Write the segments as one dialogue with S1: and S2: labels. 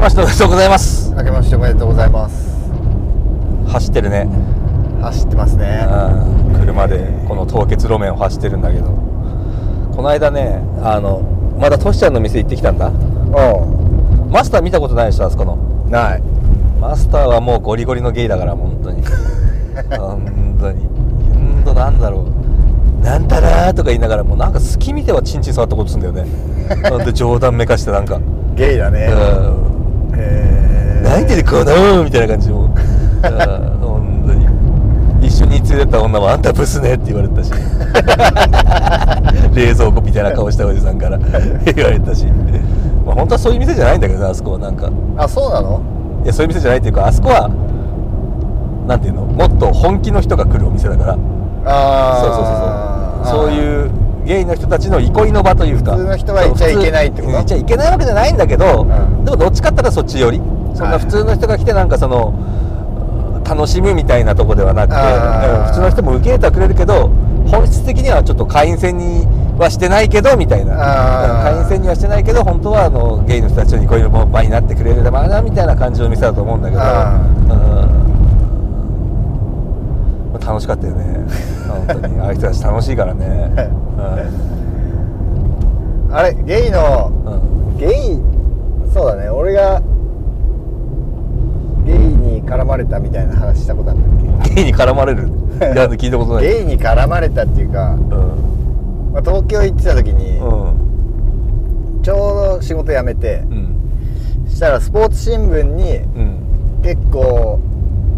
S1: ましておめでとうございます
S2: 明けましておめでとうございます
S1: 走ってるね、
S2: 走ってますね
S1: うん、車でこの凍結路面を走ってるんだけどこの間ねあのまだトシちゃんの店行ってきたんだ
S2: う
S1: マスター見たことないでしょあそこの
S2: んない
S1: マスターはもうゴリゴリのゲイだから本当に本当に本当なんだろうなんたらーとか言いながらもうなんか隙見てはチンチン触ったことするんだよねなんで冗談めかしてなんか、
S2: ゲイだね
S1: うん
S2: えー
S1: なんでこうなみたいな感じでもううん本当に一緒に連れてった女も「あんたブスね」って言われた し冷蔵庫みたいな顔したおじさんから言われたしまあ本当はそういう店じゃないんだけどなあそこはなんか
S2: あそうなの
S1: いやそういう店じゃないっていうかあそこはなんていうのもっと本気の人が来るお店だから
S2: ああ
S1: そうそうそうそういうゲイの人たちの憩いの場というか
S2: 普通の人は行っちゃいけないってこと
S1: そう普通行っちゃいけないわけじゃないんだけど、
S2: うん
S1: でもどっちかって言ったらそっち寄りそんな普通の人が来てなんかその楽しむみたたいなとこではなくて、
S2: あー
S1: うん普通の人も受け入れてはくれるけど本質的にはちょっと会員制にはしてないけどみたいな
S2: あー
S1: 会員制にはしてないけど本当はあのゲイの人たちの憩いの場になってくれるだろうなみたいな感じの店だと思うんだけど、
S2: あ
S1: うん楽しかったよね本当にああいう人たち楽しいからね、
S2: あれゲイの
S1: うんうん
S2: ゲイそうだね俺がゲイに絡まれたみたいな話したことあったっ
S1: ゲイに絡まれるいや聞いたことな
S2: け
S1: い
S2: ゲイに絡まれたっていうか、
S1: うん
S2: まあ、東京行ってた時に、
S1: うん
S2: ちょうど仕事辞めて
S1: うん
S2: したらスポーツ新聞に
S1: うん
S2: 結構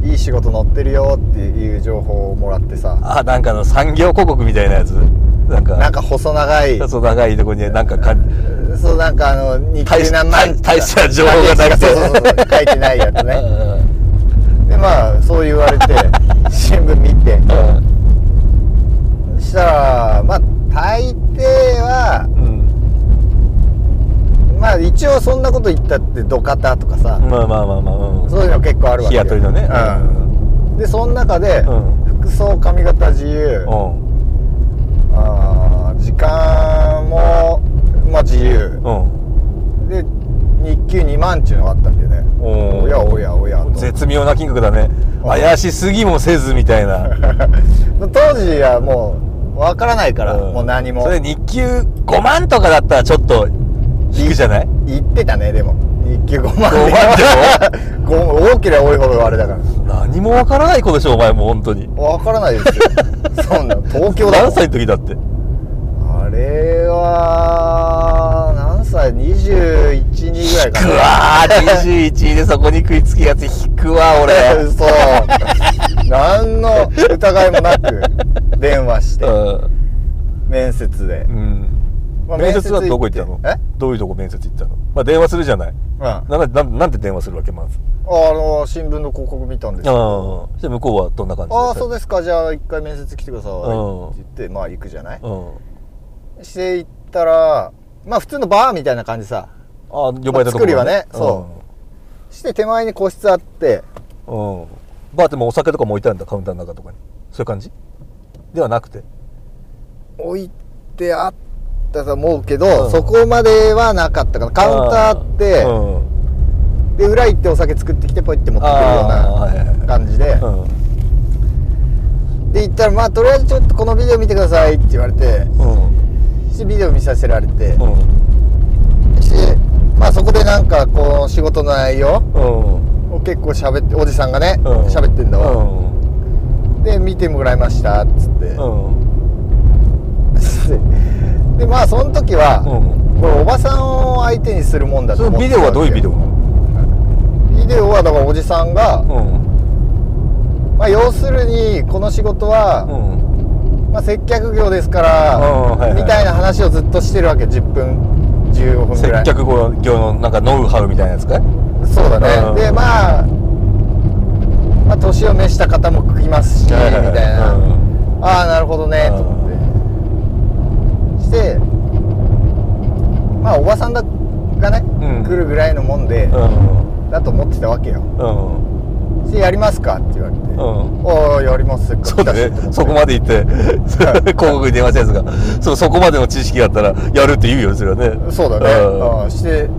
S2: いい仕事載ってるよっていう情報をもらってさ
S1: あなんかあの産業広告みたいなやつなんか
S2: なんか細長い
S1: そう長いとこになんかか
S2: そうなんかあの日給何万
S1: 大し大した情報がなくて
S2: そうそうそう書いてないやつ
S1: う
S2: ね
S1: ん うん
S2: でまあそう言われて新聞見てしたらまあ大抵は
S1: うん
S2: まあ一応そんなこと言ったって土方とかさ、
S1: まあまあまあまあうん
S2: そういうの結構あるわけ
S1: 日
S2: よ
S1: 雇いのね
S2: うん、でその中で、
S1: うん
S2: 服装髪型自由
S1: うん
S2: あー時間もまあ自由
S1: うん
S2: で日給2万っていうのがあったんだよね
S1: おー
S2: おやおやおやと
S1: 絶妙な金額だね
S2: うん
S1: 怪しすぎもせずみたいな
S2: 当時はもうわからないから、
S1: うん
S2: もう何も
S1: それ日給5万とかだったらちょっと引くじゃない
S2: 言ってたねでも日給5万
S1: 5万
S2: でも ご多ければ多いほどあれだから
S1: 何もわからない子でしょお前もう本当に
S2: わからない ですよそんな東京だも
S1: 何
S2: ん
S1: 歳の時だって
S2: あれは何歳21二ぐらいか
S1: く
S2: な
S1: わー21でそこに食いつきやつ引くわ 俺
S2: 嘘何の疑いもな く電話して面接で
S1: う、ん
S2: まあ
S1: 面接はどこ行ったの
S2: え、
S1: どういうとこ面接行ったのまあ電話するじゃない
S2: うん、あ
S1: なんでなんなんて電話するわけまず
S2: の新聞の広告見たんですよ
S1: ああじゃあ向こうはどんな感じ
S2: ああそう
S1: で
S2: ですかじゃあ一回面接来てくださ
S1: う
S2: い
S1: ん
S2: って言ってまあ行くじゃない
S1: すうん
S2: して行ったらまあ普通のバーみたいな感じさ
S1: ああ呼ばれたところ、
S2: 作りはねそして手前に個室あって
S1: うん、うん、バーってもうお酒とかも置いてあるんだカウンターの中とかにそういう感じではなくて
S2: 置いてあったと思うけど、
S1: うん
S2: そこまではなかったかなカウンターあって
S1: うん、
S2: で裏行ってお酒作ってきてポイって持ってくるよう
S1: あーはいはいは
S2: ない感じで、
S1: うん
S2: で行ったら「まあとりあえずちょっとこのビデオ見てください」って言われて
S1: うん
S2: してビデオ見させられて、
S1: うん
S2: してまあそこでなんかこう仕事の内容
S1: うん
S2: を結構喋っておじさんがね
S1: うん
S2: 喋、ってんだ
S1: う
S2: わ、
S1: ん
S2: で見てもらいましたっつって、
S1: うん
S2: でまあその時は、
S1: うん
S2: これおばさんを相手にするもんだと
S1: そ
S2: 思
S1: の
S2: って
S1: ビ
S2: た
S1: デオはどういうビデオ
S2: わ
S1: なの
S2: けビデオはだからおじさんが、
S1: うん
S2: まあ、要するにこの仕事は、
S1: うん
S2: まあ、接客業ですから、
S1: うんはいはい
S2: みたいな話をずっとしてるわけ10分15分ぐら
S1: 接
S2: い
S1: 客業のなんかノウハウみたいなやつかい
S2: そうだね、
S1: うん
S2: でまあまあ年を召した方も来ますし、
S1: はいはいはい
S2: みたいな、
S1: うん
S2: ああなるほどね、と思ってしてまあおばさんだがね、
S1: うん
S2: 来るぐらいのもんで、
S1: うん
S2: だと思ってたわけよ
S1: うん
S2: してやりますかって言われて「
S1: うん
S2: おおやりますせっかく
S1: そうだ
S2: 来たしと
S1: ねそ
S2: 思って
S1: こまで行って広告に電話したやつがそうそこまでの知識があったらやるって言うよそれはね
S2: そうだね、うんして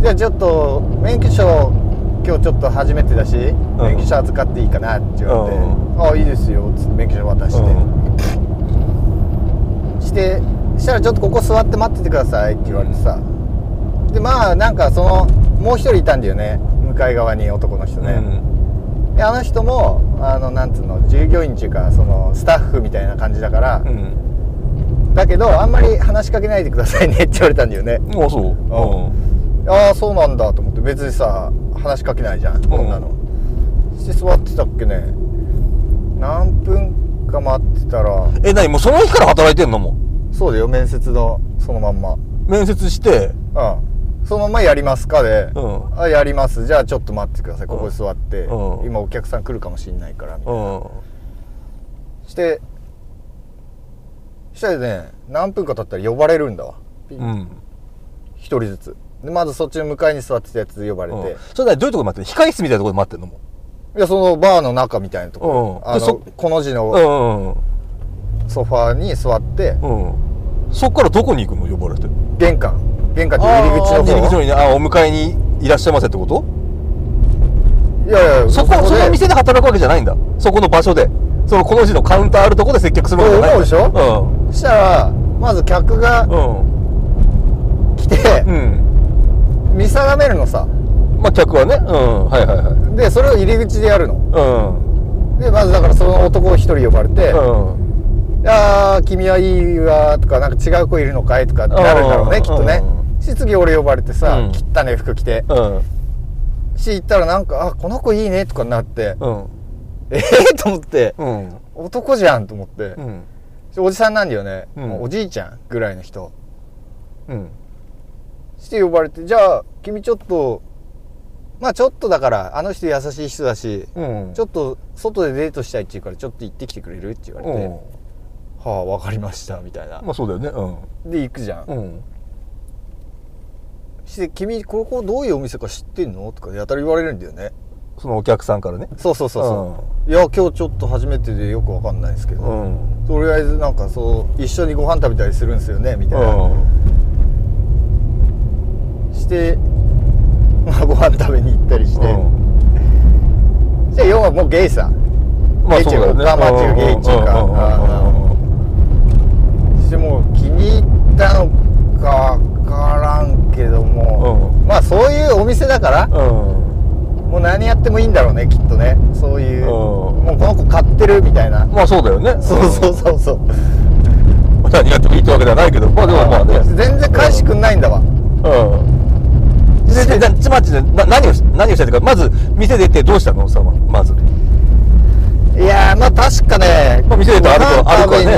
S2: じゃあちょっと免許証今日ちょっと初めてだし、免許証預かっていいかなって言われて「
S1: うん
S2: ああいいですよ」つって免許証渡して、してしたら「ちょっとここ座って待っててください」って言われてさ、でまあなんかそのもう一人いたんだよね向かい側に男の人
S1: うん
S2: ね、であの人もあのなんつうの従業員っていうかそのスタッフみたいな感じだから
S1: う、ん
S2: だけどあんまり話しかけないでくださいねって言われたんだよね
S1: うんあそうう
S2: ああそうなんだと思って別にさ話しかけないじゃんこんなの、して座ってたっけね何分か待ってたら
S1: んえ何もうその日から働いてんのもう
S2: そうだよ面接のそのまんま
S1: 面接して
S2: うんそのままやりますかで、
S1: うん
S2: あやりますじゃあちょっと待ってくださいここに座って、
S1: うん
S2: 今お客さん来るかもしれないからみた
S1: う
S2: いなんしてしたらね何分か経ったら呼ばれるんだわピン
S1: うん
S2: 一人ずつでまずそっちの向かいに座ってたやつ呼ばれて、
S1: うんそれはどういうとこで待ってるの控室みたいなとこで待ってんのも
S2: いやそのバーの中みたいなところ、
S1: うん
S2: あ
S1: でそ
S2: のこの字
S1: う
S2: の
S1: うん
S2: ソファーに座って、
S1: うんうんそっからどこに行くの呼ばれて
S2: 玄関玄関って入り口
S1: あー
S2: の
S1: 入り口の
S2: 方
S1: 方にねあーお迎えにいらっしゃいませってこと
S2: いやいや
S1: そこそ
S2: で
S1: の店で働くわけじゃないんだそこの場所でそのこの字のカウンターあるとこで接客するわけじゃないんだ
S2: そうそしたらまず客が
S1: うん
S2: 来て、
S1: うん
S2: 見定めるのさ
S1: うんまあ客はねうんはいはいはい
S2: でそれを入り口でやるの
S1: うん
S2: でまずだからその男を一人呼ばれて
S1: うん
S2: 「あー君はいいわ」とか「なんか違う子いるのかい?」とかってなるんだろう
S1: う
S2: ね
S1: ん
S2: きっとね
S1: う
S2: し次俺呼ばれてさ、
S1: うん
S2: 切ったね服着て
S1: うん
S2: し行ったらなんか「あこの子いいね」とかなって
S1: うん
S2: ええー、と思って
S1: うん
S2: 男じゃんと思って、
S1: うん
S2: おじさんなんだよね、
S1: うん
S2: おじいちゃんぐらいの人
S1: うん
S2: して呼ばれてじゃあ君ちょっとまあちょっとだからあの人優しい人だし、
S1: うん
S2: ちょっと外でデートしたいって言うからちょっと行ってきてくれるって言われて、
S1: うん
S2: はあ分かりましたみたいな
S1: まあそうだよねう
S2: で行くじゃん、
S1: んうん
S2: して君ここどういうお店か知ってんのとかやたら言われるんだよね
S1: そのお客さんからね
S2: そうそうそうそう、いや今日ちょっと初めてでよく分かんないですけ
S1: う
S2: ど、
S1: ん
S2: とりあえずなんかそう一緒にご飯食べたりするんですよねみ
S1: う
S2: たいな、
S1: ん
S2: して、まあ、ご飯食べに行ったりして、
S1: うん
S2: じゃあ要はもうゲイさ
S1: まあ
S2: ゲイ
S1: そ
S2: チ
S1: うだよ
S2: ュー
S1: ね
S2: かまあ中ゲイチューか
S1: うんうんうんうんうん
S2: してもう気に入ったのか分からんけども、
S1: う
S2: まあそういうお店だから、
S1: うん
S2: もう何やってもいいんだろうねきっとねそういう、
S1: うん
S2: もうこの子買ってるみたいな、
S1: まあそうだよね
S2: そうそうそうそう、
S1: うん何やってもいいってわけではないけどまあでもまあね
S2: 全然返してくんないんだわ、
S1: うん。で、で、なちまちで、な、何をし、何をしたいというか、まず、店出てどうしたのさ、ままず。
S2: いやーまあ確かね、
S1: まあ店で言うと歩く
S2: ご飯食べに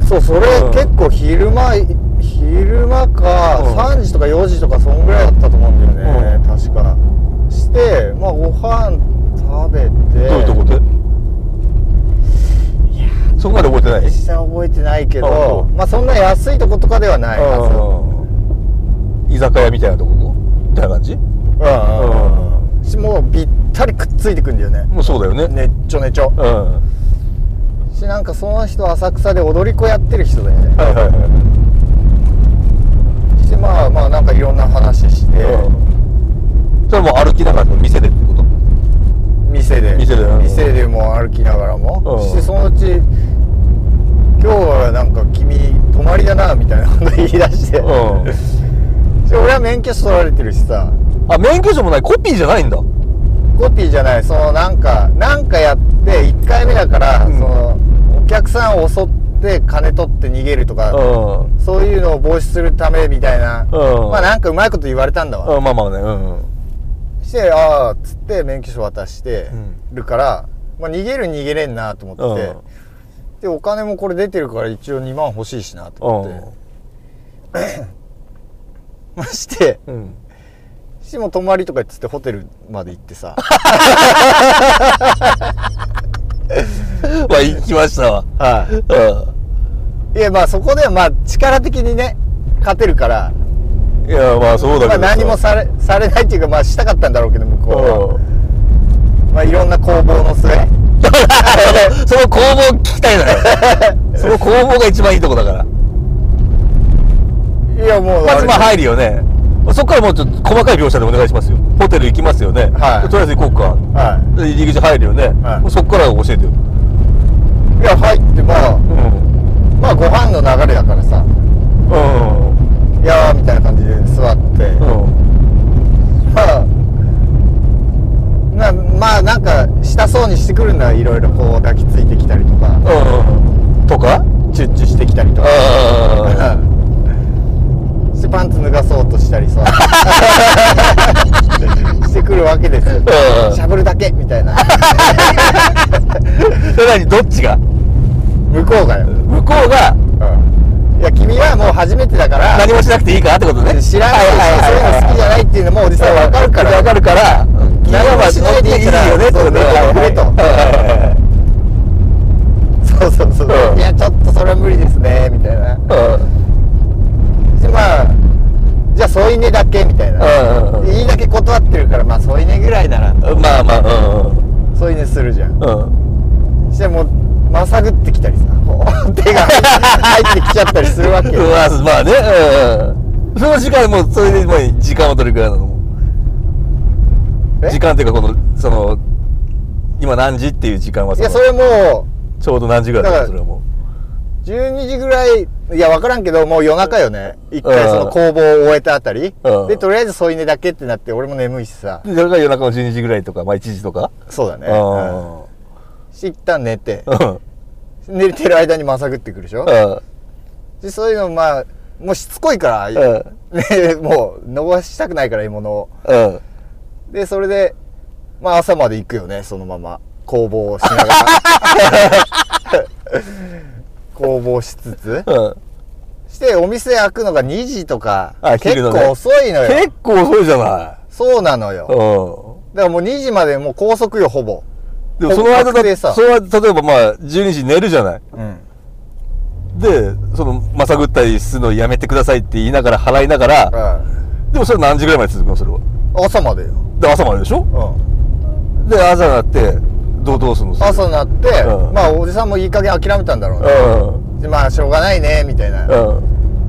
S1: 歩
S2: そうそれ、
S1: うん
S2: 結構昼間昼間か、
S1: うん
S2: 3時とか4時とかそんぐらいだったと思うんだよね、
S1: うん
S2: 確かしてまあご飯食べて
S1: どういうとこでそこまで覚えてない
S2: 実際覚えてないけど
S1: あそう
S2: まあそんな安いとことかではないは
S1: うん居酒屋みたいなとこみたいな感じ
S2: ずうんうんうんしもうぴったりくっついてくんだよね
S1: もうそうだよね。
S2: ねっちょねちょ
S1: うん。は
S2: しなんかその人浅草で踊り子やってる人だよね
S1: いはいは
S2: してまあまあなんかいろんな話して、
S1: い。うんそれはもう歩きながらの店でってこと
S2: 店で
S1: 店で
S2: 店でも歩きながらも、
S1: うん
S2: してそのうち「今日はなんか君泊まりだな」みたいなこと言い出して、で俺は免許証取られてるしさ
S1: うん。あ、免許証もない。コピーじゃないんだ。
S2: コピーじゃないそのなんかなんかやって1回目だから、
S1: うん
S2: そのお客さんを襲って金取って逃げるとか、
S1: うん。
S2: そういうのを防止するためみたいな、
S1: うん
S2: まあなんかうまいこと言われたんだわ、
S1: うん、まあまあね。うん。
S2: してああっつって免許証渡してるから、まあ、逃げる逃げれんなと思ってて、
S1: うん
S2: でお金もこれ出てるから一応2万欲しいしなと
S1: う
S2: 思って、まして
S1: ん。うん。
S2: してもう泊まりとかっつってホテルまで行っ てさ
S1: まあ、行きましたわ。
S2: は
S1: う
S2: いいやまあそこでまあ力的にね勝てるから、
S1: ん。いや、まあそうだけど
S2: まあ、
S1: さ。
S2: 何もされされないっていうかまあしたかったんだろうけど 向こうは、
S1: う
S2: まあ、いろんな攻防の末
S1: ん。その攻防聞きたい のよ。その攻防が一番いいとこだから。
S2: いやもう
S1: まずまあ
S2: あれ
S1: 入るよね。そっからもうちょっと細かい描写でお願いしますよホテル行きますよね、
S2: はい
S1: とりあえず行こうか
S2: は
S1: で入り口入るよね、
S2: はい
S1: もうそっから教えてよ、
S2: いいや入ってまあ
S1: うん
S2: まあご飯の流れだから
S1: う
S2: さ
S1: ん
S2: いやーみたいな感じで座って、
S1: うん
S2: まあまあまあなんかしたそうにしてくるんだいろいろこう抱きついてきたりとか
S1: うんとか
S2: チュッチュしてきたりとか
S1: あ
S2: してパンツ脱がそうとしたりさ してくるわけですよ
S1: ん
S2: しゃぶるだけみたいな
S1: ーそれ何どっちが
S2: 向こうがよ、うん
S1: 向こうが
S2: いや君はもう初めてだから
S1: 何もしなくていいかってことね
S2: 知らないし、そういうの好きじゃないっていうのもおじさんわかるから
S1: わかるから
S2: 何もしないでいいから
S1: よねってことね
S2: そうそうやめと
S1: はい
S2: そうそうそう、
S1: うん
S2: いやちょっとそれは無理ですねみたいなでまあじゃあ添い寝だけみたいな、
S1: うんうんうん
S2: でいいだけ断ってるからまあ添い寝ぐらいなら
S1: うんまあまあうん
S2: 添い寝するじゃん
S1: うんうん
S2: そしてもうまさぐってきたりさこう 手が入ってきちゃったりするわけ
S1: うわまあねうんその時間もうそれでもう時間はどれくらいなの
S2: え
S1: 時間っていうかこのその今何時っていう時間はいその
S2: やそれも
S1: ちょうど何時ぐらいだった
S2: だから
S1: のそれはもう
S2: う12時ぐらいいやわからんけどもう夜中よね一回その
S1: うん
S2: 工房を終えたあたり、
S1: うん
S2: でとりあえず添い寝だけってなって俺も眠いしさ
S1: でそれが夜中の12時ぐらいとかまあ1時とか
S2: そうだね、うん
S1: あ
S2: し一旦寝て
S1: あうん
S2: 寝てる間にまさぐってくるでしょ
S1: うん
S2: でそういうのまあもうしつこいから、ね、 もう伸ばしたくないから獲物を
S1: うん
S2: でそれでまあ朝まで行くよねそのまま攻防をしながら攻防しつつ
S1: うん
S2: してお店開くのが2時とか
S1: あ
S2: 結
S1: 昼のね
S2: 構遅いのよ
S1: 結構遅いじゃない
S2: そうなのよ
S1: う
S2: だからもう2時までもう高速よほぼ
S1: ん。でもその間
S2: 確定
S1: だ
S2: さ
S1: それは例えばまあ12時寝るじゃない。
S2: うん
S1: で、そのまさぐったりするのやめてくださいって言いながら払いながら、でもそれ何時ぐらいまで続くのそれは。
S2: 朝までよ、
S1: で朝まででしょ
S2: うん、
S1: で朝になってどうどうするの。それ
S2: 朝になって、
S1: うん
S2: まあおじさんもいい加減諦めたんだろうね、でまあしょうがないねみたいな、
S1: うんう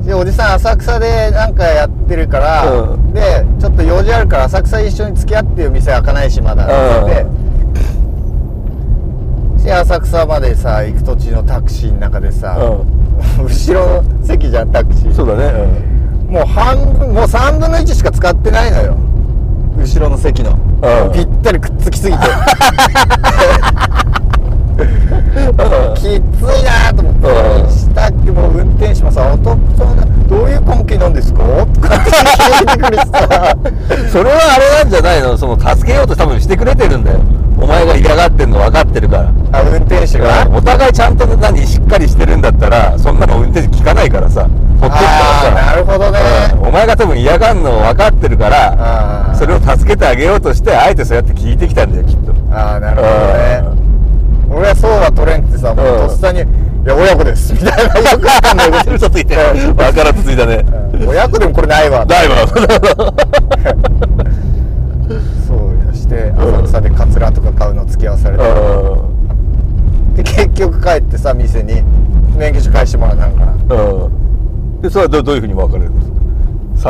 S1: ん
S2: でおじさん浅草でなんかやってるから、
S1: うん
S2: でちょっと用事あるから浅草一緒に付き合ってよ店開かないしまだ
S1: うん
S2: ってでで浅草までさ行く途中のタクシーの中でさ、後ろの席じゃんタクシ
S1: うん。
S2: ー
S1: そうだね。
S2: もう半分もう3分の1しか使ってないのよ後ろの席の、
S1: うん
S2: ぴったりくっつきす ぎてきついなと思って、
S1: うん
S2: したっけもう運転手もさ「おとっつぁんがどういう根気なんですか?」とかって聞いてくるしさ
S1: うん。それはあれなんじゃないのその助けようと多分してくれてるんだよ。お前が嫌がってんの分かってるから。
S2: あ運転手が
S1: お互いちゃんと何しっかりしてるんだったらそんなの運転手聞かないからさほっとくから
S2: あ
S1: さ
S2: あなるほどね
S1: うんお前が多分嫌がるの分かってるから
S2: あー
S1: それを助けてあげようとしてあえてそうやって聞いてきたんだよきっと
S2: あーなるほどね俺はそうは取れんってさもうとっさに「いや親子です」 みたいなよくわかんないこと
S1: 嘘ついてる 分からずついたね
S2: 親子でもこれないわ
S1: だいぶ
S2: そうして
S1: ん
S2: 浅草でカツラとか買うの付き合わされ て、
S1: う
S2: で結局帰ってさ店に免許証返してもらうなんか
S1: んうんでそれはどどういうふうに分かれるんですか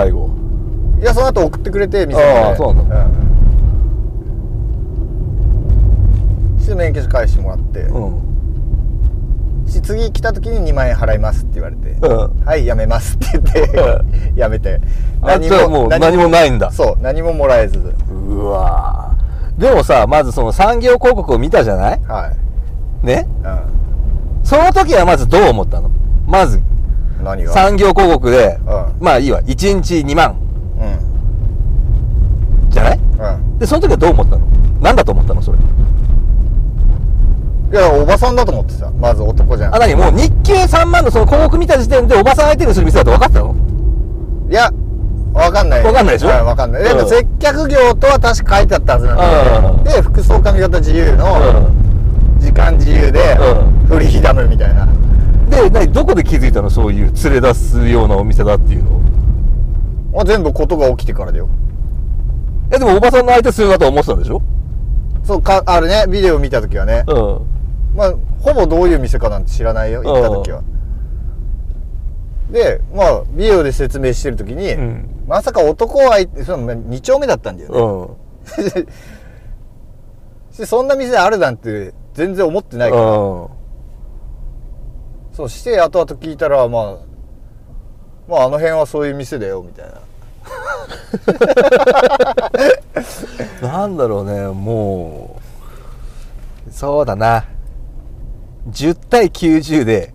S1: 最後
S2: いやその後送ってくれて店
S1: ああそうなんだ
S2: うんして免許証返してもらって、
S1: うん
S2: し次来た時に2万円払いますって言われて、
S1: うん
S2: はいやめますって言って、
S1: う
S2: やめて
S1: あじゃあもう何もないんだ
S2: そう何ももらえず
S1: うわーでもさまずその産業広告を見たじゃない
S2: はい、
S1: ね
S2: う
S1: その時はまずどう思ったのまず
S2: ん、何が
S1: 産業広告で、
S2: う
S1: まあいいわ1日2万
S2: うん
S1: じゃない
S2: うん
S1: でその時はどう思ったの何だと思ったのそれ
S2: いやおばさんだと思ってさまず男じゃん
S1: あ何もう日給3万のその広告見た時点でおばさん相手にする店だと分かってたの
S2: いや、わかんない。
S1: わかんないでしょ
S2: はわかんない。でも
S1: うん
S2: 接客業とは確か書いてあったはずなんだよ。で、服装髪型自由の、時間自由で
S1: う、
S2: フリーダムみたいな。
S1: で何どこで気づいたのそういう連れ出すようなお店だっていうのを
S2: まあ、全部ことが起きてからだよ。
S1: えでもおばさんの相手するなと思ってたんでしょ
S2: そうか、あるね、ビデオ見た時はね。
S1: うん
S2: まあ、ほぼどういう店かなんて知らないよ、行った時は。でまあビデオで説明してる時に、
S1: うん
S2: まさか男は相手その2丁目だったんだよ
S1: う
S2: ね、
S1: ん
S2: でそんな店あるなんて全然思ってないから、
S1: うん
S2: そうして後々聞いたらまあまああの辺はそういう店だよみたいな
S1: なんだろうねもうそうだな10対90で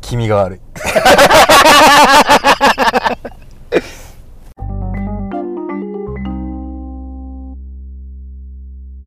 S1: 君が悪い